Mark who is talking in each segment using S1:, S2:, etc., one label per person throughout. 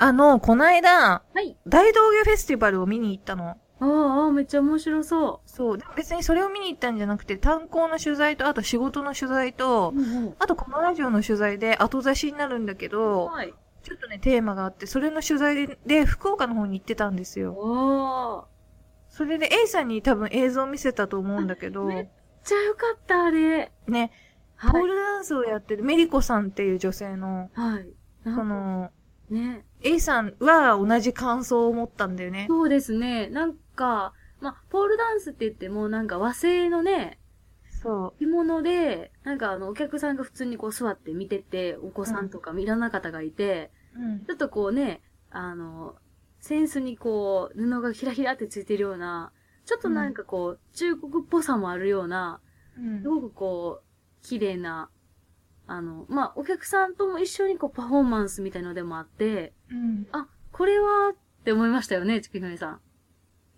S1: あの、こないだ、
S2: はい。
S1: 大道芸フェスティバルを見に行ったの。
S2: ああ、ああめっちゃ面白そ
S1: そう。でも別にそれを見に行ったんじゃなくて、炭鉱の取材と、あと仕事の取材と
S2: う。、うん
S1: あとこのラジオの取材で後差しになるんだけ
S2: うん。
S1: ど、
S2: はい。
S1: ちょっとね、テーマがあって、それの取材でで福岡の方に行ってたんですよ。
S2: おー。
S1: それで A さんに多分映像を見せたと思うんだけど、
S2: めっちゃよかった、あれ。
S1: ね、ポ
S2: は
S1: ー
S2: い。
S1: ルダンスをやってるメリコさんっていう女性の、
S2: はい。なんか
S1: そ、の、
S2: ね。
S1: A さんは同じ感想を持ったんだよね。
S2: そうですね。なんか、まあ、ポールダンスって言っても、なんか和製のね、
S1: そう。
S2: 着物で、なんかあの、お客さんが普通にこう座って見てて、お子さんとかいろんな方がいて、
S1: うん
S2: ちょっとこうね、あの、センスにこう、布がひらひらってついてるような、ちょっとなんかこう、中国っぽさもあるような、
S1: うん
S2: すごくこう、綺麗な、あの、まあ、お客さんとも一緒にこう、パフォーマンスみたいのでもあって、
S1: うん。
S2: あ、これは、って思いましたよね、ちくひめさん。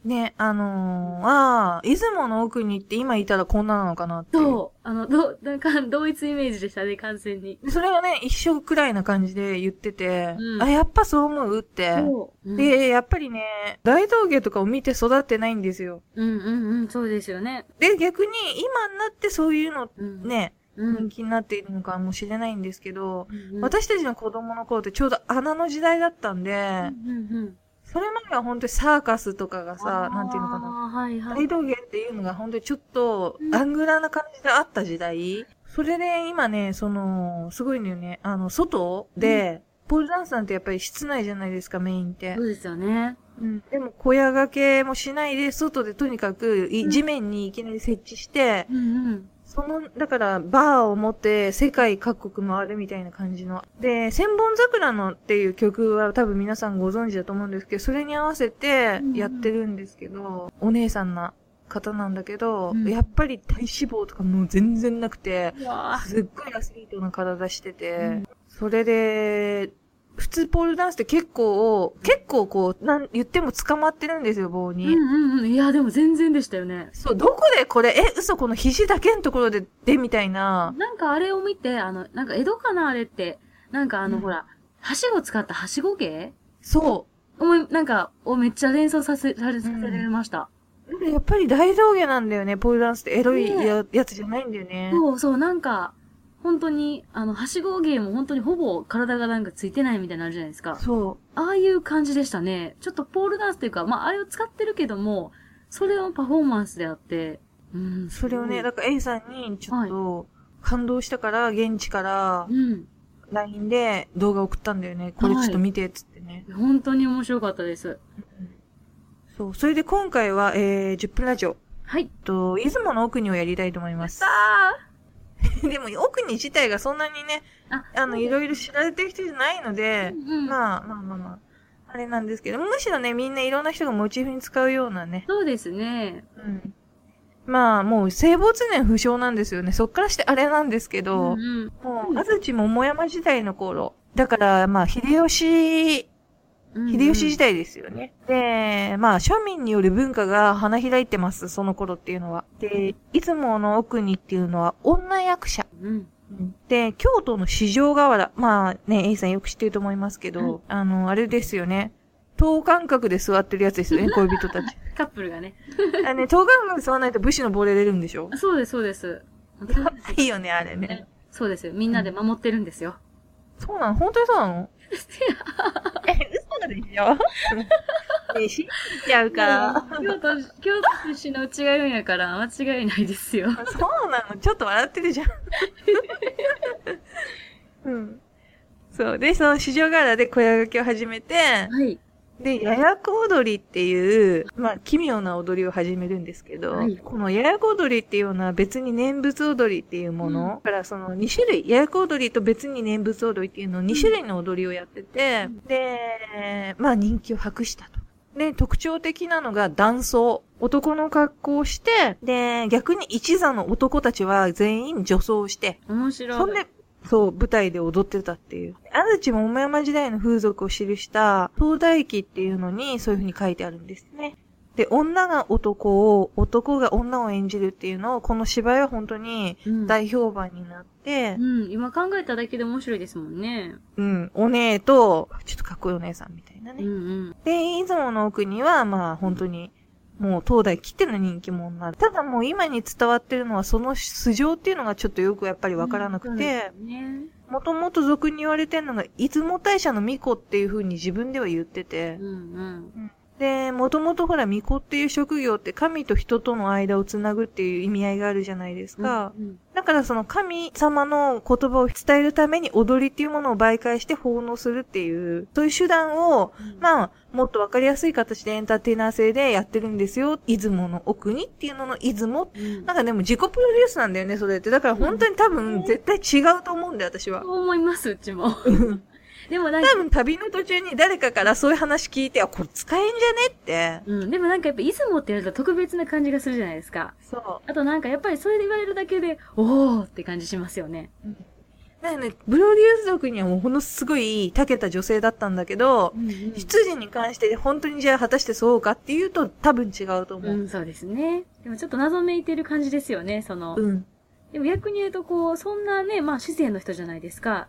S1: ね、あのー、ああ、出雲の奥に行って今いたらこんななのかなっていう。
S2: そう、あの、ど、なんか、同一イメージでしたね、完全に。
S1: でそれがね、一生くらいな感じで言ってて、
S2: うん
S1: あ、やっぱそう思うって。
S2: そう。うん、
S1: で、やっぱりね、大道芸とかを見て育ってないんですよ。
S2: うんうんうん、そうですよね。
S1: で、逆に今になってそういうの
S2: うん。。
S1: ね、
S2: う
S1: 人
S2: ん。
S1: 気になっているのかもしれないんですけど、
S2: うん、
S1: 私たちの子供の頃ってちょうど穴の時代だったんで、
S2: うんうんうん。
S1: それまでは本当にサーカスとかがさ、なんていうのかな。
S2: あーはいはい。
S1: 大道芸っていうのが本当にちょっと
S2: うん
S1: アングラーな感じであった時代、それで今ね、その、すごいのよね。あの、外で、ポールダンスなんてやっぱり室内じゃないですか、メインって
S2: そ。うですよね。
S1: うん、でも小屋掛けもしないで、外でとにかくい、
S2: うん
S1: 地面にいきなり設置して、
S2: うんうん。
S1: その、だから、バーを持って、世界各国回るみたいな感じの。で、千本桜のっていう曲は多分皆さんご存知だと思うんですけど、それに合わせてやってるんですけど、お姉さんな方なんだけど、
S2: うん
S1: やっぱり体脂肪とかもう全然なくて、
S2: うわー
S1: すっごいアスリートな体してて、
S2: うん
S1: それで、普通ポールダンスって結構、結構こう、なん、言っても捕まってるんですよ、棒に。
S2: うんうんうん。いや、でも全然でしたよね。
S1: そう、どこでこれ、え、嘘、この肘だけのところで、で、みたいな。
S2: なんかあれを見て、あの、なんか江戸かなあれって。なんかあの、
S1: うん
S2: ほら、はしご使ったはしご芸
S1: そう。
S2: 思い、なんか、をめっちゃ連想させられ、さ
S1: うん
S2: せられました。
S1: やっぱり大道芸なんだよね。ポールダンスってエロい
S2: ねえ
S1: や,、つじゃないんだよね。
S2: そうそう、なんか、本当に、あの、はしご芸も本当にほぼ体がなんかついてないみたいなのあるじゃないですか。
S1: そ
S2: ああいう感じでしたね。ちょっとポールダンスというか、まあ、あれを使ってるけども、それをパフォーマンスであって、うん。
S1: う。それをね、だから A さんにちょっと感動したから、現地から
S2: うん。
S1: LINE で動画送ったんだよね。これちょっと見て、つってね、
S2: 本当に面白かったです。
S1: そう。それで今回は、えー、10分ラジオ。
S2: はい。
S1: えっと、出雲の奥にをやりたいと思います
S2: さ。あ
S1: でも、奥に自体がそんなにね、
S2: あ
S1: あの、いろいろ知られてる人じゃないので、
S2: うんうん
S1: まあまあまあまあ、あれなんですけど、むしろね、みんないろんな人がモチーフに使うようなね、
S2: そうですね。
S1: うんまあ、もう、生没年不詳なんですよね。そっからしてあれなんですけど、
S2: うんうん
S1: もう、安土桃山時代の頃。だから、まあ、秀吉、秀吉時代ですよね。で、まあ、庶民による文化が花開いてます、その頃っていうのは。で、出雲の奥にっていうのは、女役者。
S2: うん。
S1: で、京都の四条河原。まあね、A さんよく知ってると思いますけど、
S2: うん
S1: あの、あれですよね。等間隔で座ってるやつですよね、恋人た ち。
S2: カップルがね。
S1: あね、等間隔で座らないと武士の亡霊出るんでしょ
S2: そうです、そうです。
S1: いいよね、あれね。
S2: そうですよ。みんなで守ってるんですよ。
S1: そうなの本当にそうなのえ、嘘でしょねえ、信じちゃうから。
S2: 京都、京都出身のうちがいるんやから、間違いないですよ。
S1: そうなのちょっと笑ってるじゃん。うん。そう。で、その市場柄で小屋掛けを始めて、
S2: はい。
S1: で、ややこ踊りっていう、まあ、奇妙な踊りを始めるんですけど、
S2: はい
S1: このややこ踊りっていうのは別に念仏踊りっていうもの、
S2: うん
S1: だからその2種類、ややこ踊りと別に念仏踊りっていうのを2種類の踊りをやってて、
S2: うん
S1: で、まあ人気を博したと。で、特徴的なのが男装。男の格好をして、で、逆に一座の男たちは全員女装をして、
S2: 面白い。
S1: そんで、そう、舞台で踊ってたっていう。安土桃山時代の風俗を記した、東大記っていうのに、そういう風に書いてあるんですね。で、女が男を、男が女を演じるっていうのを、この芝居は本当に
S2: うん、
S1: 大評判になって
S2: う、ん、今考えただけで面白いですもんね。
S1: うん、お姉と、ちょっとかっ福井お姉さんみたいなね。
S2: うんうん。
S1: で、出雲の奥には、まあ本当に、もう東大切っての人気者になる。ただもう今に伝わってるのはその素性っていうのがちょっとよくやっぱりわからなくて、
S2: うん。ね。
S1: もともと俗に言われてるのが、出雲大社の巫女っていう風に自分では言ってて
S2: う、んうん。
S1: で、もともとほら巫女っていう職業って神と人との間をつなぐっていう意味合いがあるじゃないですか。
S2: うん
S1: だからその神様の言葉を伝えるために踊りっていうものを媒介して奉納するっていう、そういう手段を、
S2: うん、あ、
S1: まあ、もっとわかりやすい形でエンターテイナー性でやってるんですよ。出雲の奥にっていうのの出雲。
S2: うん
S1: なんかでも自己プロデュースなんだよね、それって。だから本当に多分絶対違うと思うんだよ、 私は。
S2: そう思います、うちも。 でもなんか
S1: 多、分旅の途中に誰かからそういう話聞いて、あ、これ使えんじゃねって。
S2: うん、でもなんかやっぱ出雲ってやると特別な感じがするじゃないですか。
S1: そ
S2: あとなんかやっぱりそれで言われるだけで、おーって感じしますよね。
S1: う。だよね、プロデュース族にはもうほのすごい長けた女性だったんだけど、
S2: うん、うん。
S1: 羊に関して本当にじゃあ果たしてそうかっていうと多分違うと思
S2: う
S1: う。
S2: ん、そうですね。でもちょっと謎めいてる感じですよね、その。
S1: うん。
S2: でも逆に言うと、こう、そんなね、まあ、自然の人じゃないですか。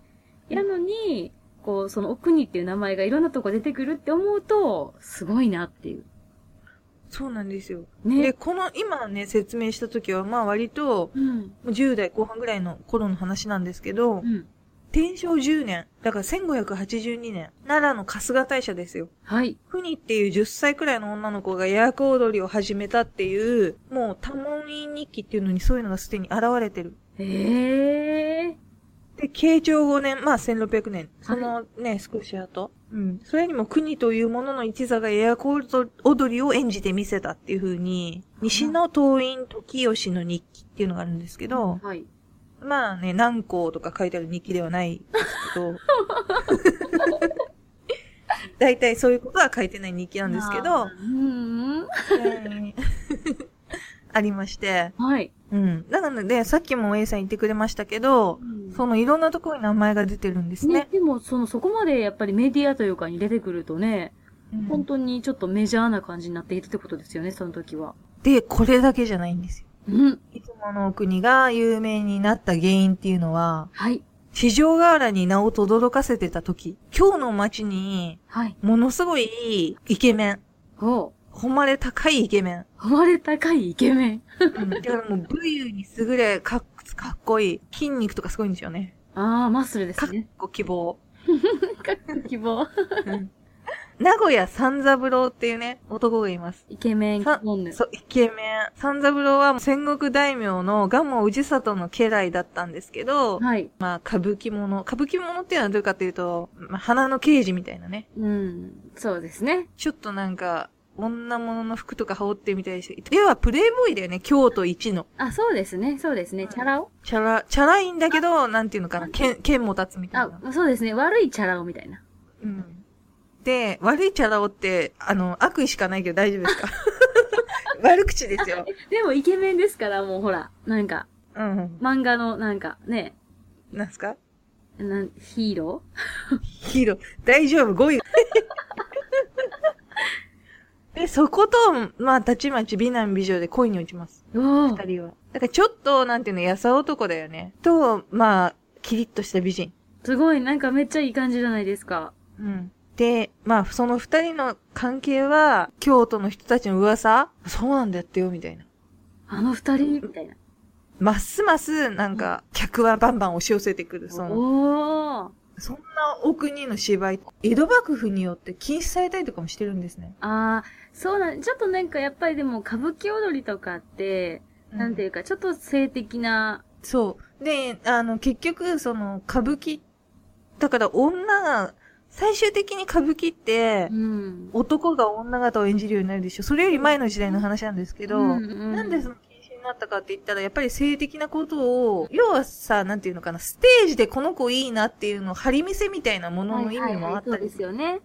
S2: やのに、こう、その、お国っていう名前がいろんなとこ出てくるって思うと、すごいなっていう。
S1: そうなんですよ。で、
S2: ね。
S1: この今ね、説明した時はまあ割と、
S2: うん。
S1: 10代後半ぐらいの頃の話なんですけど
S2: う、ん。
S1: 天正10年、だから1582年、奈良の春日大社ですよ。
S2: はい。
S1: ふにっていう10歳くらいの女の子が夜行踊りを始めたっていう、もう多門院日記っていうのにそういうのがすでに現れてる。
S2: ええ
S1: で、慶長5年、まあ1600年、そのね、少し後。うん。それにも国というものの一座が夜行踊りを演じてみせたっていう風に、西の党員時吉の日記っていうのがあるんですけど、
S2: ー。はい。
S1: まあね、何校とか書いてある日記ではないですけ ど、大体そういうことは書いてない日記なんですけど
S2: あー、うん。
S1: はい ありまして、
S2: はい。
S1: うん。だからね、さっきも A さん言ってくれましたけど、そのいろんなところに名前が出てるんです
S2: ね
S1: ね。。
S2: でも、その、そこまでやっぱりメディアというかに出てくるとね、
S1: うん
S2: 本当にちょっとメジャーな感じになっていたってことですよね、その時は。
S1: で、これだけじゃないんですよ。
S2: うん。
S1: いつものお国が有名になった原因っていうのは、
S2: はい。
S1: 市場河原に名を轟かせてた時、今日の街に、
S2: はい。
S1: ものすごいイケメン、
S2: おう。
S1: 誉れ高いイケメン。
S2: 誉れ高いイケメン。
S1: うん、だからもう、武勇に優れ、かっ、かっこいい。筋肉とかすごいんですよね。
S2: ああ、マッスルで
S1: かっ
S2: すね。
S1: こ希望。
S2: 希望。
S1: 名古屋三三郎っていうね、男がいます。
S2: イケメン
S1: さ
S2: モンヌ。
S1: そう、イケメン。三三郎は戦国大名の蒲生氏里の家来だったんですけど、
S2: はい。
S1: まあ、歌舞伎者。歌舞伎者っていうのはどうかっていうと、まあ、花の刑事みたいなね。
S2: うん。そうですね。
S1: ちょっとなんか、女物の服とか羽織ってみたりして。要はプレイボーイだよね、京都一の。
S2: あ、そうですね。そうですね。
S1: うん
S2: チャラ男
S1: チャラ、チャラいんだけど、なんていうのかな、剣、剣も立つみたいな。
S2: あ、そうですね。悪いチャラ男みたいな。
S1: うん。で、悪いチャラ男って、あの、悪意しかないけど大丈夫ですか 悪口ですよ。
S2: でもイケメンですから、もうほら、なんか、
S1: うん。
S2: 漫画のなんかね、
S1: なんすか
S2: なんヒーロ
S1: ヒーロー。大丈夫、5位。で、そこと、まあ、たちまち美男美女で恋に落ちます。
S2: ーお
S1: 二
S2: ー
S1: 人は。だからちょっと、なんていうの、優男だよね。と、まあ、キリッとした美人。
S2: すごい、なんかめっちゃいい感じじゃないですか。
S1: うん。で、まあ、その二人の関係は、京都の人たちの噂そうなんだってよ、みたいな。
S2: あの二人みたいな。
S1: ますます、なんか、客はバンバン押し寄せてくる、その、
S2: おー。
S1: そんなお国の芝居、江戸幕府によって禁止されたりとかもしてるんですね。
S2: ああ、そうなん、ちょっとなんかやっぱりでも歌舞伎踊りとかって、なんていうか、ちょっと性的な、
S1: そう。で、あの、結局、その、歌舞伎、だから女が、最終的に歌舞伎って
S2: う、ん。
S1: 男が女方を演じるようになるでしょ。それより前の時代の話なんですけど、な
S2: なん
S1: でその禁止になったかって言ったら、やっぱり性的なことを、要はさ、なんていうのかな、ステージでこの子いいなっていうのを張り見せみたいなものの意味もあった
S2: そうで
S1: り
S2: すよね。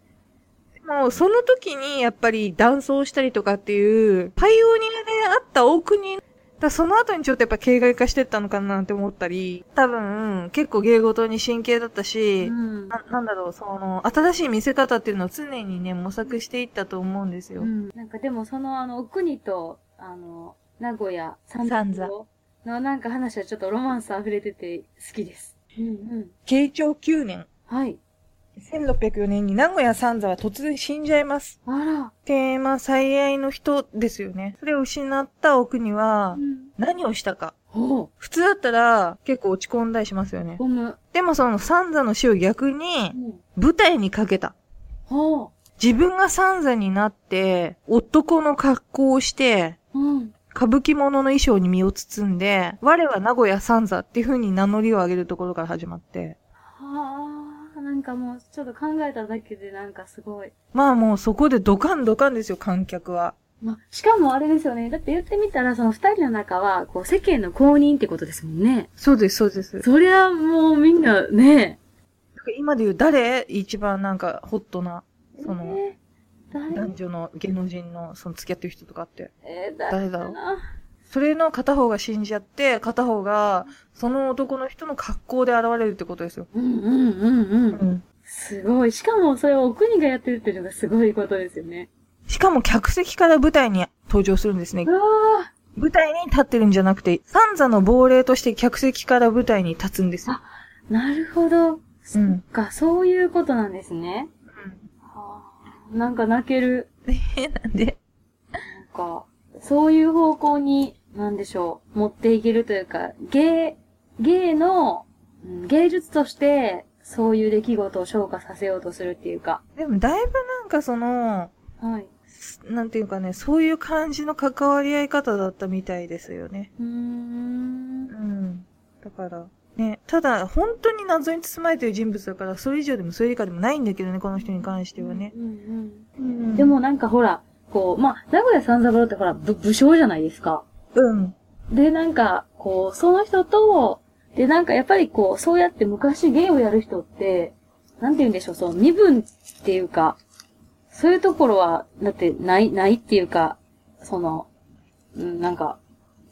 S1: もう、その時にやっぱり断層したりとかっていう、パイオニアであった大国、だからその後にちょっとやっぱ形骸化してったのかななんて思ったり、多分、結構芸事に神経だった
S2: う
S1: し、
S2: ん。
S1: ななんだろう、その、新しい見せ方っていうのを常にね、模索していったと思うんですよ。
S2: うんなんかでもその、あの、奥にと、あの、名古屋、三
S1: 三座
S2: 座のなんか話はちょっとロマンス溢れてて好きです。うんうん。
S1: 慶長9年、
S2: はい。
S1: 1604年に名古屋三座は突然死んじゃいます。
S2: あら。
S1: で、まあ最愛の人ですよね。それを失った奥には
S2: う、ん。
S1: 何をしたか。
S2: おう。
S1: 普通だったら結構落ち込んだりしますよね。
S2: ゴム。
S1: でもその三座の死を逆に
S2: うん
S1: 舞台にかけた。
S2: ほ
S1: 自分が三座になって、男の格好をして、
S2: う。うん。
S1: 歌舞伎物の衣装に身を包んで、我は名古屋三座っていう風に名乗りを上げるところから始まって。
S2: はあ。なんかもう、ちょっと考えただけでなんかすごい。
S1: まあもうそこでドカンドカンですよ、観客は。
S2: まあ、しかもあれですよね。だって言ってみたら、その二人の中は、こう、世間の公認ってことですもんね。
S1: そうです、そうです。
S2: そりゃ、もうみんな、ね
S1: 今で言う誰一番なんかホットな、その、
S2: えー誰
S1: 男女の芸能人のその付き合ってる人とかって。
S2: えー、誰
S1: 誰だろう
S2: な
S1: それの片方が死んじゃって、片方がその男の人の格好で現れるってことですよ。
S2: うんうんうんうん。
S1: ん。
S2: すごい。しかも、それをお国がやってるっていうのがすごいことですよね。
S1: しかも客席から舞台に登場するんですね
S2: う。わあ
S1: 舞台に立ってるんじゃなくて、三座の亡霊として客席から舞台に立つんですよ。
S2: なるほど。そ
S1: うん
S2: っか、そういうことなんですね。はあ、なんか泣ける。
S1: え、なんで
S2: なんか、そういう方向に、なんでしょう、持っていけるというか、芸、芸の、うん芸術として、そういう出来事を昇華させようとするっていうか。
S1: でもだいぶなんかその、
S2: はい。
S1: すなんていうかね、そういう感じの関わり合い方だったみたいですよね。
S2: うーん。
S1: うん。だから、ね、ただ、本当に謎に包まれてる人物だから、それ以上でもそれ以下でもないんだけどね、この人に関してはね。
S2: うんうん
S1: うん
S2: で、もなんかほら、こう、まあ、名古屋三三郎ってほら、ぶ武将じゃないですか。
S1: うん。
S2: で、なんか、こう、その人と、で、なんかやっぱりこう、そうやって昔芸をやる人って、なんて言うんでしょう、その身分っていうか、そういうところは、だってない、ないっていうか、その、うん、なんか、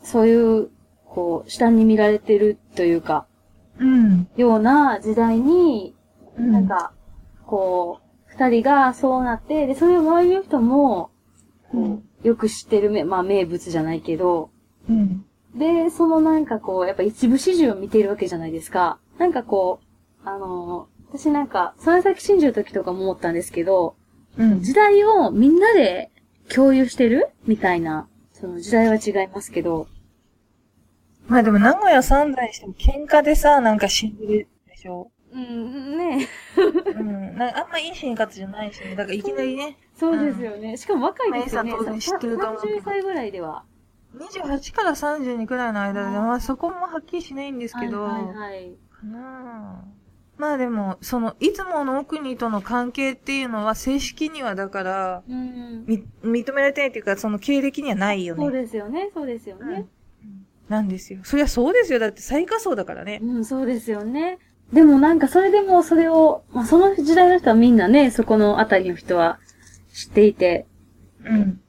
S2: そういう、こう、下に見られてるというか、
S1: うん。
S2: ような時代に、なん、か、こう、二人がそうなって、で、それを周りの人も、こう
S1: うん
S2: よく知ってるめ、まあ名物じゃないけど、
S1: うん。
S2: で、そのなんかこう、やっぱ一部始終を見ているわけじゃないですか。なんかこう、あのー私なんか、その先真珠の時とかも思ったんですけど、
S1: うん。
S2: 時代をみんなで共有してるみたいな。その時代は違いますけど。
S1: まあでも、名古屋三座にしても喧嘩でさ、なんか死んでるでしょ。
S2: うん、ね
S1: うん。なんかあんまいい死に方じゃないしね。だからいきなりね、
S2: そうですよね。しかも若いですよね。
S1: まあ A さん当然知ってると思うけど
S2: 30歳ぐらいでは。
S1: 28から32くらいの間で、まあそこもはっきりしないんですけど、
S2: はいはいはい。
S1: かなあまあでも、その、出雲の奥にとの関係っていうのは正式にはだから、
S2: うん。
S1: み、認められてないっていうか、その経歴にはないよね。
S2: そうですよね。そうですよ
S1: うん
S2: ね。
S1: なんですよ。そりゃそうですよ。だって最下層だからね。
S2: うん、そうですよね。でもなんかそれでもそれを、まあその時代の人はみんなね、そこのあたりの人は知っていて、
S1: うん。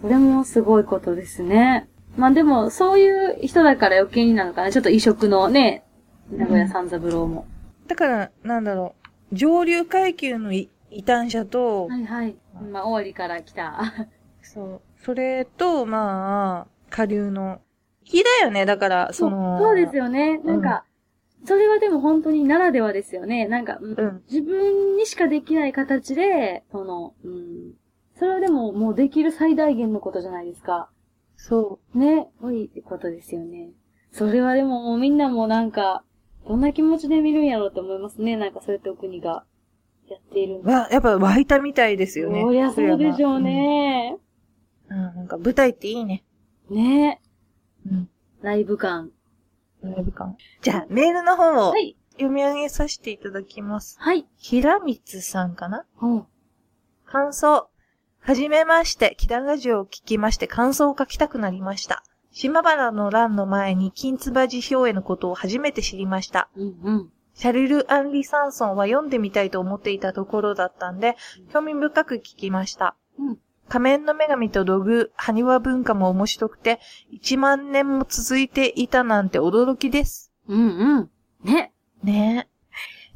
S2: それもすごいことですね。まあでもそういう人だから余計になのかな。ちょっと異色のね、名古屋三三郎も。
S1: だから、なんだろう。上流階級のい異端者と、
S2: はいはい。まあ終わりから来た。
S1: そう。それと、まあ、下流の。気だよね。だから、その。
S2: そうですよね。なんか、それはでも本当にならではですよね。なんか、うん
S1: うん。
S2: 自分にしかできない形で、その、うん。それはでももうできる最大限のことじゃないですか。
S1: そ
S2: ね、多いってことですよね。それはでももうみんなもなんか、どんな気持ちで見るんやろうって思いますね。なんかそうやってお国がやっているん
S1: う。わ、やっぱ湧いたみたいですよね。
S2: そりゃそうでしょうね。
S1: うん。うん、なんか舞台っていいね。
S2: ね
S1: うん。
S2: ライブ感。
S1: ライブ感。じゃあ、メールの方を
S2: はい。
S1: 読み上げさせていただきます。
S2: はい。
S1: 平光さんかな
S2: うん。
S1: 感想。はじめまして、キララジオを聞きまして感想を書きたくなりました。島原の乱の前に金つば辞表へのことを初めて知りました。
S2: うんうん。
S1: シャルル・アンリ・サンソンは読んでみたいと思っていたところだったんで、興味深く聞きました。
S2: うん
S1: 仮面の女神と土偶、埴輪文化も面白くて、1万年も続いていたなんて驚きです。
S2: うんうん。ね。
S1: ね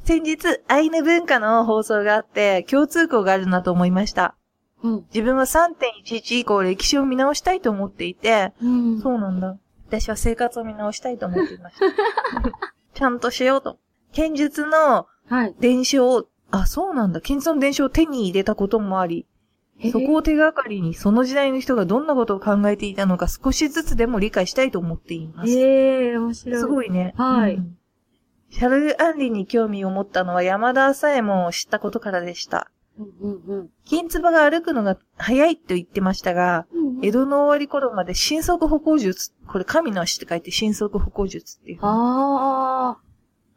S1: え。先日、アイヌ文化の放送があって、共通項があるなと思いました。
S2: うん。
S1: 自分は3.11以降歴史を見直したいと思っていて、
S2: うん。
S1: そうなんだ。私は生活を見直したいと 思っていました。ちゃんとしようと。剣術の
S2: はい。
S1: 伝承をあ、そうなんだ。検閲の伝承を手に入れたこともあり、そこを手がかりにその時代の人がどんなことを考えていたのか少しずつでも理解したいと思っています。
S2: ええ面白い。
S1: すごいね。
S2: はい
S1: うんシャルル・アンリに興味を持ったのは山田朝右衛門を知ったことからでした。
S2: うんうん
S1: 金唾が歩くのが早いと言ってましたが、
S2: うん。
S1: 江戸の終わり頃まで新速歩行術、これ神の足って書いて新速歩行術っていうのが
S2: あ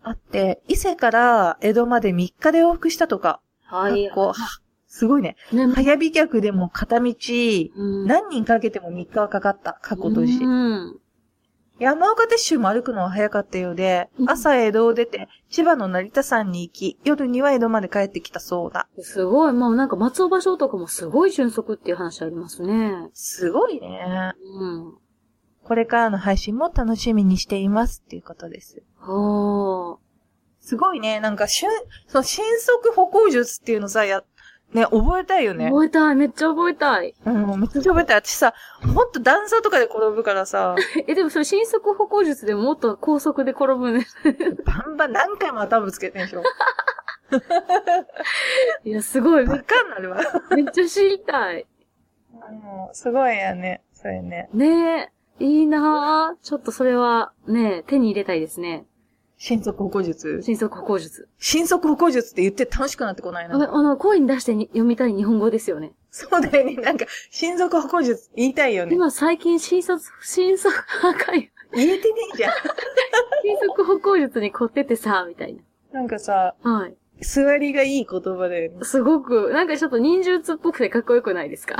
S1: あって、伊勢から江戸まで3日で往復したとか、
S2: あ、はい。
S1: なんかこうはすごいね。
S2: ね、
S1: 早飛脚でも片道、
S2: うん
S1: 何人かけても3日はかかった、過去とし
S2: う
S1: て。
S2: ん。
S1: 山岡鉄舟も歩くのは早かったようで
S2: う、ん
S1: 朝江戸を出て、千葉の成田山に行き、夜には江戸まで帰ってきたそうだ。
S2: すごい。まあなんか松尾芭蕉とかもすごい俊足っていう話ありますね。
S1: すごいね。
S2: うん。
S1: これからの配信も楽しみにしていますっていうことです。
S2: は
S1: すごいね。なんか、しゅん、その、新速歩行術っていうのさ、や、ね、覚えたいよ
S2: あ。
S1: ね。
S2: 覚えたい。めっちゃ覚えたい。
S1: うん、めっちゃ覚えたい。私さ、ほんと段差とかで転ぶからさ、
S2: え、でもそれ新速歩行術でももっと高速で転ぶね。
S1: バンバン何回も頭ぶつけてんでしょ。
S2: いや、すごい。め
S1: バカになるわ。
S2: めっちゃ知りたい。
S1: うんすごいよね。それね。
S2: ねえ。いいなぁ。ちょっとそれは、ねえ、手に入れたいですね。
S1: 新速歩行術
S2: 新速歩行術。
S1: 新速歩行術って言って楽しくなってこない
S2: あ
S1: な。
S2: あの、声に出してに読みたい日本語ですよね。
S1: そうだよね。なんか、新速歩行術言いたいよね。
S2: 今最近新卒、新速破壊、
S1: 言えてねえじゃん。
S2: 新速歩行術に凝っててさ、みたい
S1: なんかさ、
S2: な。はい。
S1: 座りがいい言葉だよね。
S2: すごく、なんかちょっと忍術っぽくてかっこよくないですか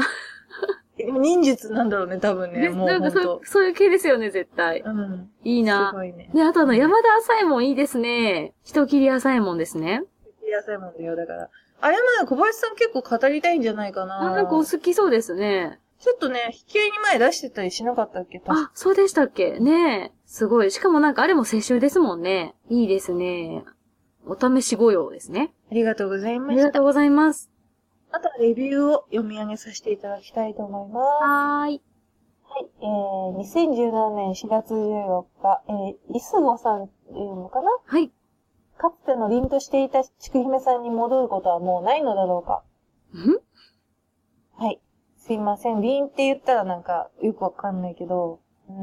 S1: 忍術なんだろうね、多分ね。
S2: で
S1: もう
S2: なん
S1: ほ
S2: か
S1: ん
S2: そ
S1: と。
S2: うそういう系ですよね、絶対。
S1: うん。
S2: いい
S1: す
S2: な
S1: ごいね。
S2: で、あとあの、山田浅右衛門いいですね。人切り浅右衛門ですね。
S1: 野菜もんだよ、だから。あれまだ小林さん結構語りたいんじゃないか
S2: あ
S1: な。
S2: なんかお好きそうですね。
S1: ちょっとね、引き合いに前出してたりしなかったっけ確か
S2: あ、そうでしたっけねえ。すごい。しかもなんかあれも世襲ですもんね。いいですね。お試し御用ですね。
S1: ありがとうござい
S2: あ
S1: ま
S2: り
S1: し
S2: が
S1: た。
S2: とうございます。
S1: あとはレビューを読み上げさせていただきたいと思います。
S2: はーい。
S1: はい、えー、2017年4月14日、えー、イスゴさんっていうのかな
S2: はい。
S1: かつての凛としていたちくひめさんに戻ることはもうないのだろうか
S2: ん
S1: はい。すいません。凛って言ったらなんか、よくわかんないけど、うー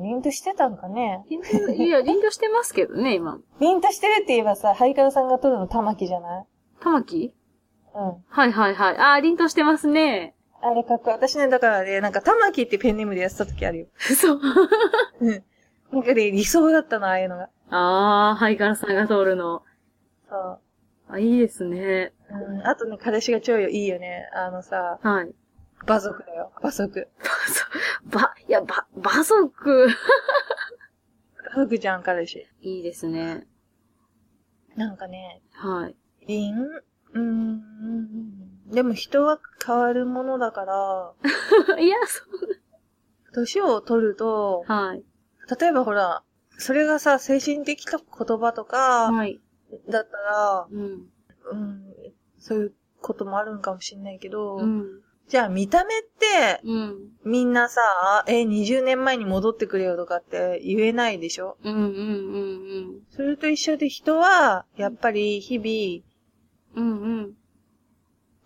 S1: ん、凛としてたんかね。
S2: 臨場いや、臨場してますけどね、今。
S1: 凛としてるって言えばさ、ハイカラさんが撮るの玉木じゃない
S2: 玉木
S1: うん。
S2: はいはいはい。あー、臨場してますね。
S1: あれかっこいい。私ね、だからね、なんか玉木ってペンネームでやってた時あるよ。
S2: 嘘。
S1: うん。なんかね、理想だったな、ああいうのが。
S2: あー、ハイカラさんが通るの。
S1: そう。
S2: あ、いいですね。
S1: うん。あとね、彼氏が超よいいよね。あのさ、
S2: はい。
S1: 馬族だよ。馬族。
S2: ば、いや、ば、馬族。
S1: 馬族じゃん、彼氏。
S2: いいですね。
S1: なんかね、
S2: はい。
S1: りん、うーん。でも人は変わるものだから、
S2: いや、そう。
S1: 年を取ると、
S2: はい。
S1: 例えばほら、それがさ、精神的な言葉とか、
S2: はい。
S1: だったら、
S2: うん。
S1: うん、そういうこともあるんかもしんないけど、
S2: うん。
S1: じゃあ見た目って、
S2: うん。
S1: みんなさ、え、20年前に戻ってくれよとかって言えないでしょ
S2: うんうんうん
S1: それと一緒で人は、やっぱり日々、
S2: うん。うんうん。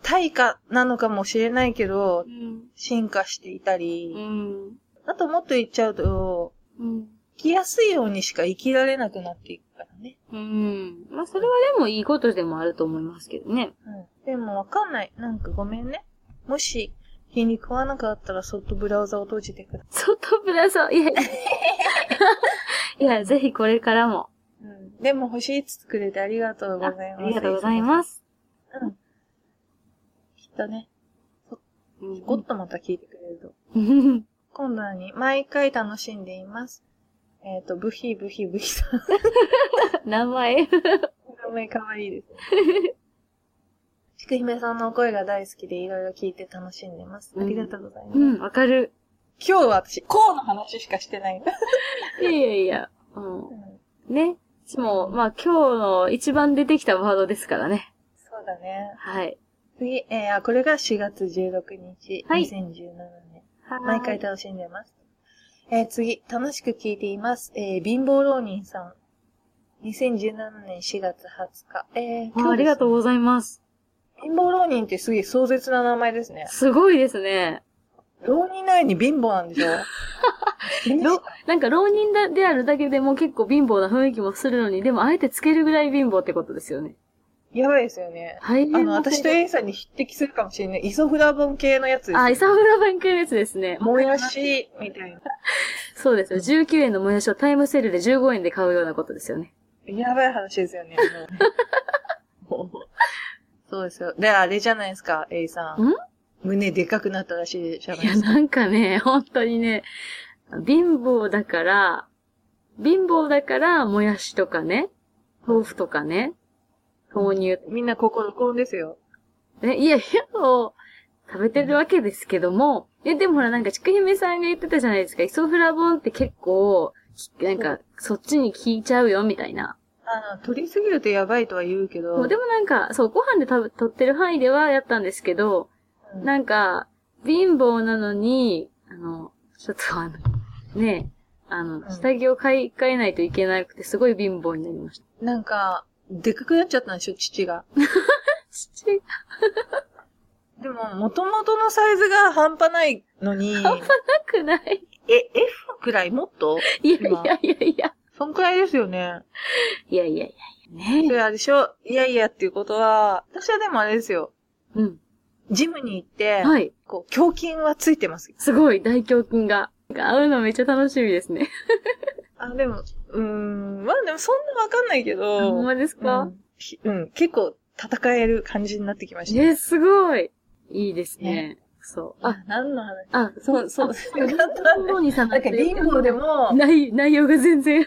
S1: 対価なのかもしれないけど
S2: う、ん。
S1: 進化していたり、
S2: うん。
S1: あともっと言っちゃうと、
S2: うん。
S1: 生きやすいようにしか生きられなくなっていくからね。
S2: うん。まあ、それはでもいいことでもあると思いますけどね。
S1: うん。でもわかんない。なんかごめんね。もし、気に食わなかったらそっとブラウザを閉じてくださ
S2: 外ぶらそう。いや、いやいや、ぜひこれからも。
S1: い。うん。でも星5つくれてありがとうご
S2: あ
S1: ざいます。
S2: ありがとうございます。
S1: す。うん。きっとね、
S2: うん
S1: ごっとまた聞いてくれると。
S2: うん
S1: 今度はに、毎回楽しんでいます。えっ、と、ブヒブヒブヒさん。
S2: 名前。
S1: 名前かわいいですね。 ちくひめさんのお声が大好きでいろいろ聞いて楽しんでます。ありがとうございます。
S2: うん、わかる。
S1: 今日は私、こうの話しかしてない。
S2: いやいやいや。うんね。しかも、まあ今日の一番出てきたワードですからね。
S1: そうだね。
S2: はい。
S1: 次、えー、あ、これが4月16日、
S2: はい
S1: 2017年。毎回
S2: だ。
S1: 楽しんでます。えー、次、楽しく聞いています。えー、貧乏浪人さん。 2017年4月20日。えー、
S2: あありがとう
S1: う。
S2: ございます。
S1: 貧乏浪人ってすげえ壮絶な名前ですね。
S2: すごいですね。
S1: 浪人なのに貧乏なんでし ょ
S2: ろなんか浪人だであるだけでも結構貧乏な雰囲気もするのに、でもあえてつけるぐらい貧乏ってことですよね。
S1: やばいですよね。
S2: 大変
S1: あ
S2: な
S1: の、私と A さんに匹敵するかもしれない。イソフラボン系のやつです、
S2: あ、イサフラバン系のやつですね。
S1: もやし、みたいな。
S2: そうですよ。19円のもやしをタイムセールで15円で買うようなことですよね。
S1: やばい話ですよね。もう もうそうですよ。で、あれじゃないですか、A さん。
S2: ん
S1: 胸でかくなったらしいじゃないで
S2: いや、
S1: すか。
S2: なんかね、本当にね、貧乏だから、貧乏だから、もやしとかね、豆腐とかね、豆乳。
S1: みんな心コンですよ。
S2: ね、いや、いやを食べてるわけですけども、え、でもほら、なんか、ちくひめさんが言ってたじゃないですか、イソフラボンって結構、きなんか、そっちに効いちゃうよ、みたいな。
S1: あの、取りすぎるとやばいとは言うけ
S2: そ
S1: ど。
S2: うでもなんか、そう、ご飯で食べ、取ってる範囲ではやったんですけど、
S1: うん
S2: なんか、貧乏なのに、あの、ちょっとあの、ねえ、あの、
S1: ん
S2: 下着を買い、替えないといけなくて、すごい貧乏になりました。
S1: なんか、でかくなっちゃったんでしょ、父が。
S2: 父、
S1: でも、元々のサイズが半端ないのに、
S2: なくない。
S1: え、F くらいもっと
S2: いやいやいやいや。
S1: そんくらいですよね。
S2: いやいやいやいや、
S1: そ
S2: ね
S1: れあれでしょいやいやっていうことは、私はでもあれですよ。
S2: え。うん。
S1: ジムに行って、
S2: はい。
S1: こう、胸筋はついてますよ。
S2: すごい、大胸筋が。会うのめっちゃ楽しみですね。
S1: あ、でも、うーん、まあでもそんなわかんないけ
S2: あ
S1: ど、
S2: ほんまです
S1: う
S2: か、
S1: んひうん、結構戦える感じになってきました。
S2: え、すごい。いいですね。そう。あ、
S1: あ、何の話
S2: あ、
S1: そう、そう、そうなんだ
S2: 貧乏に さ
S1: なんか貧乏で も、
S2: 内、内容が全然。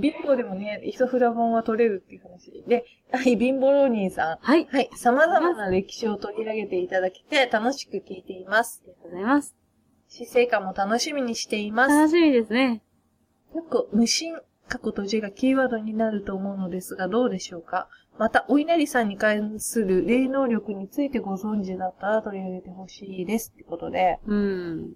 S1: 貧乏でもね、イソフラボンは取れるっていう話。で、はい、貧乏浪人さん。
S2: はい。あ
S1: はい、様々な歴史を取り上げていただけて楽しく聞いています。
S2: りがとうございます。
S1: 私生活も楽しみにしています。
S2: 楽しみですね。
S1: よく無心、過去と字がキーワードになると思うのですが、どうでしょうかまた、お稲荷さんに関する霊能力についてご存知だったら取り上げてほしいです。ってことで。
S2: うん。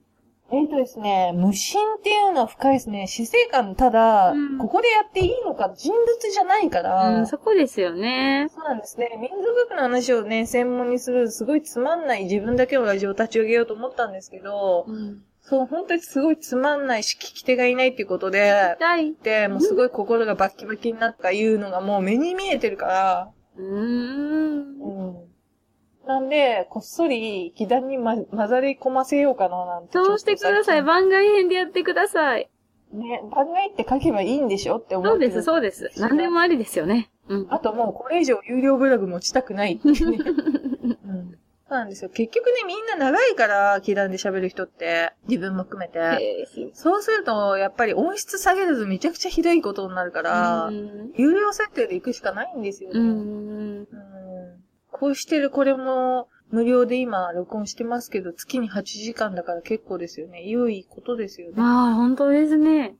S1: えっ、とですね、無心っていうのは深いですね。死生観、ただ、
S2: うん
S1: ここでやっていいのか、人物じゃないから、
S2: うん、そこですよね。
S1: そうなんですね。民族学の話をね、専門にする、すごいつまんない自分だけのラジオを立ち上げようと思ったんですけど、
S2: うん。
S1: そう、本当にすごいつまんないし、聞き手がいないっていうことで、
S2: 痛い。
S1: って、もうすごい心がバッキバキになったいうのがもう目に見えてるから、
S2: うーん。
S1: ん。なんで、こっそり、気団にま、混ざり込ませようかななんて。
S2: そうしてください。
S1: ちょっと
S2: 番外編でやってください。
S1: 最近ね、番外って書けばいいんでしょって思
S2: そう
S1: っ
S2: で
S1: て。
S2: す、そうです。
S1: そう
S2: 何でもありですよね。うん。
S1: あともうこれ以上有料ブログ持ちたくないって いうね。うん。そうなんですよ。結局ね、みんな長いから、気団で喋る人って、自分も含めて。
S2: えー
S1: そうすると、やっぱり音質下げるとめちゃくちゃひどいことになるから、
S2: うん
S1: 有料設定で行くしかないんですよね。
S2: うん。
S1: うんこうしてるこれも無料で今録音してますけど、月に8時間だから結構ですよね。良いことですよね。
S2: まあ、本当ですね。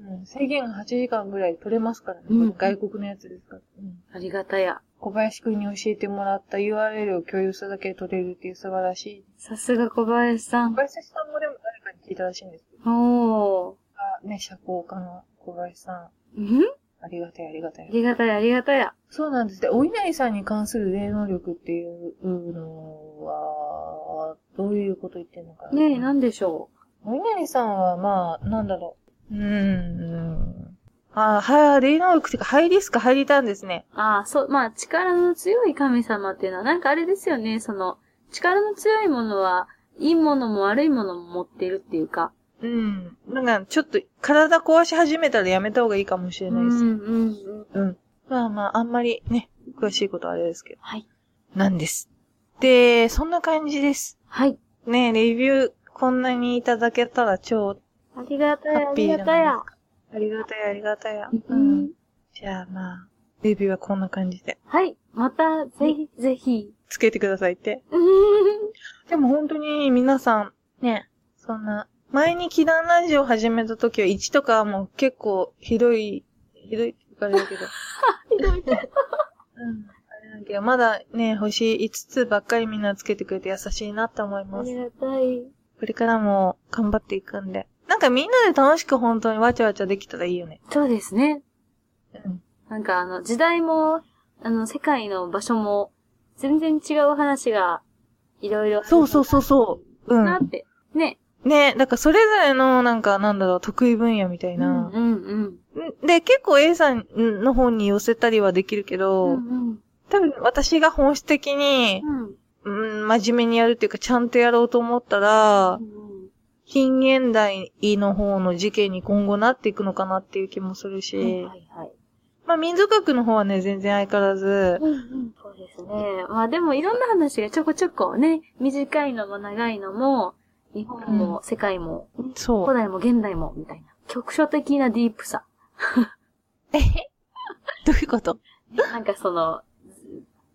S1: うん、制限が8時間ぐらい取れますからね。
S2: うん
S1: これ外国のやつですから、うん。
S2: ありがたや。
S1: 小林くんに教えてもらった URL を共有するだけで取れるっていう素晴らしい。
S2: さすが小林さ
S1: 小
S2: ん。
S1: 林さんもでも誰かに聞いたらしいんですけど
S2: おー。
S1: あね、社交家の小林さん。
S2: うん
S1: ありがたい、ありがた
S2: あ
S1: い。
S2: りがたや、ありがたや。
S1: そうなんです。で、お稲荷さんに関する霊能力っていうのは、どういうこと言ってんのかな。
S2: ねえ、なんでしょ
S1: お稲荷さんは、まあ、なんだろう。うーん。あ、はい、霊能力っていうか、ハイリスク入りたんですね。
S2: う。ああ、そう、まあ、力の強い神様っていうのは、なんかあれですよね、その、力の強いものは、いいものも悪いものも持ってるっていうか。
S1: うん。なんか、ちょっと、体壊し始めたらやめた方がいいかもしれ
S2: う
S1: ない
S2: ん、
S1: で
S2: う
S1: す。
S2: ん、うん。
S1: うん。まあまあ、あんまりね、詳しいことはあれですけど。
S2: はい。
S1: なんです。で、そんな感じです。
S2: はい。
S1: ねレビュー、こんなにいただけたら超、
S2: ありがたや、
S1: ハ
S2: あ
S1: ッピ
S2: り
S1: ー
S2: がたや。
S1: ありがたや、ありがたや。
S2: う
S1: うん
S2: ん。。
S1: じゃあまあ、レビューはこんな感じで。
S2: はい。また、ぜひ、ぜひ。
S1: つけてくださいって。
S2: うん
S1: でも本当に皆さん、ね、そんな、前に祈願ラジオ始めた時は1とかはもう結構ひどい、ひどいって言うから だけど。うん。あれだけど、まだね、星5つばっかりみんなつけてくれて優しいなって思い
S2: あ
S1: ま
S2: り
S1: す。
S2: がたい。
S1: これからも頑張っていくんで。なんかみんなで楽しく本当にわちゃわちゃできたらいいよね。
S2: そうですね。
S1: うん。
S2: なんかあの、時代も、あの、世界の場所も、全然違う話が、いろいろ。
S1: そうそうそうそう。う
S2: なっ
S1: ん。
S2: て。ね。
S1: ね、だからそれぞれの、なんか、なんだろう、得意分野みたい
S2: うん
S1: な。
S2: うん
S1: で、結構 A さんの方に寄せたりはできるけ
S2: う
S1: ど、
S2: ん。うん
S1: 多分私が本質的に、
S2: うん。
S1: うん、真面目にやるっていうか、ちゃんとやろうと思ったら
S2: う、ん。
S1: 近現代の方の事件に今後なっていくのかなっていう気もするし、
S2: はいはいはい。
S1: まあ民族学の方はね、全然相変わらず、
S2: うんうん。そうですね。まあでもいろんな話がちょこちょこね、短いのも長いのも、日本も世界も、
S1: そ
S2: 古
S1: う。
S2: 代も現代も、みたいな。局所的なディープさ。
S1: どういうこと
S2: なんかその、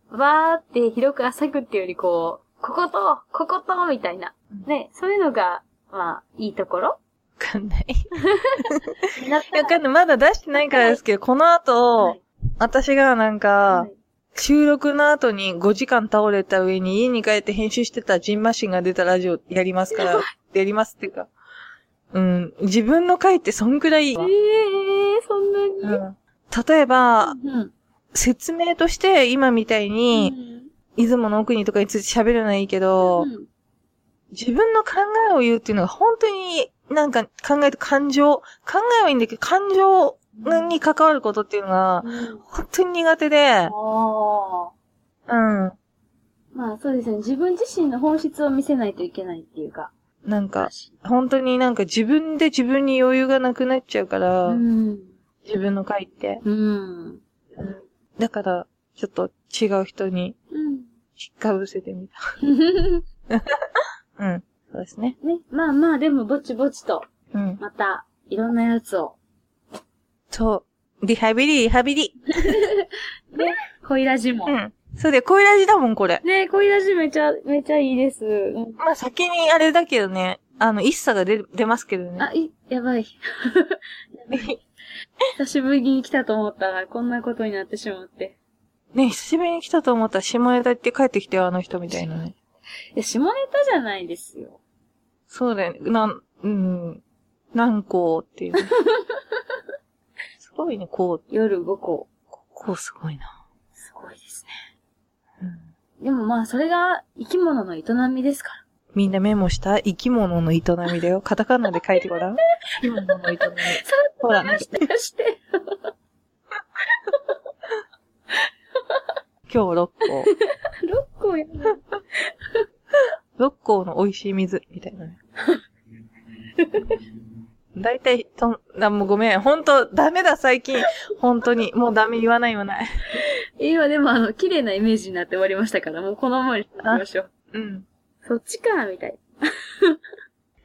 S2: わーって広く浅くっていうよりこう、ここと、ここと、みたいな。ね、そういうのが、まあ、いいところ
S1: わかんない。
S2: なっ
S1: わかんない。まだ出してないからですけど、この
S2: た
S1: 後、私がなんか
S2: は、い
S1: 収録の後に5時間倒れた上に家に帰って編集してたジンマシンが出たラジオやります から、やりますっていうか、うん、自分の回ってそんくらい、
S2: え
S1: う
S2: ー、そんなに
S1: ん、例えば、
S2: うん。
S1: 説明として今みたいうに、
S2: ん。
S1: 出雲の奥にとかについて喋るのはいいけど、
S2: うん
S1: 自分の考えを言うっていうのが本当になんか考えと感情、考えはいいんだけど感情に関わることっていうのが
S2: うん
S1: 本当に苦手で、
S2: あ
S1: うん。
S2: ーまあそうですね。自分自身の本質を見せないといけないっていうか。
S1: なんか、本当になんか自分で自分に余裕がなくなっちゃうから、
S2: うん。
S1: 自分の回って。
S2: うん。
S1: だから、ちょっと違う人に
S2: うん。
S1: 引っかぶせてみた。うん。そうですね。
S2: ね、まあまあ、でもぼちぼちと、
S1: うん。
S2: また、いろんなやつを、
S1: そう。リハビリ、リハビリ。
S2: 恋ラジも
S1: う。ん。そうで、恋ラジだもん、これ。
S2: ねえ、恋ラジめちゃ、めちゃいいです。うん
S1: まあ先にあれだけどね、あの、一茶が出、出ますけどね。
S2: あ、い、やばい。 久しぶりに来たと思ったら、こんなことになってしまって。
S1: ね、久しぶりに来たと思ったら下ネタって帰ってきてよ、あの人みたいなね。
S2: いや、下ネタじゃないですよ。
S1: そうだよね。なん、うん。何個って いうね。すごいね、こう、
S2: 夜5個。
S1: こうすごいな。
S2: すごいです
S1: うん
S2: ね。でもまあ、それが生き物の営みですから。
S1: みんなメモした生き物の営みだよ。カタカナで書いてごらん。生き物の営み。ほら、なんか
S2: 出して。
S1: 今日6個。
S2: 6個やな。
S1: 六甲の美味しい水、みたいなね。大体、とん、な、もうごめん。ほんと、ダメだ、最近。本当に。もうダメ、言わない、言わない。
S2: 今でもあの、綺麗なイメージになって終わりましたから、もうこのままにしましょう。
S1: うん。
S2: そっちか、みたい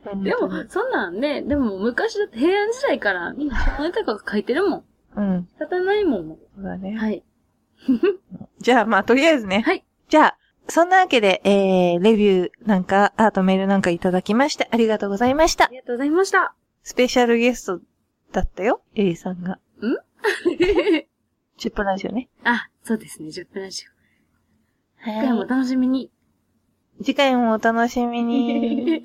S1: 本当に
S2: な。でも、そんなんね、でも昔だって平安時代から、みんな下ネタが書いてるもん。
S1: うん。
S2: 仕方ないもん。
S1: そうだね。
S2: はい。
S1: じゃあ、まあ、とりあえずね。
S2: はい。
S1: じゃあ、そんなわけで、えー、レビューなんか、アートメールなんかいただきまして、ありがとうございました。
S2: ありがとうございました。
S1: スペシャルゲストだったよ。エリさんが。10分ラジオね。
S2: あ、そうですね、10分ラジオ。次回もお楽しみに。
S1: 次回もお楽しみに。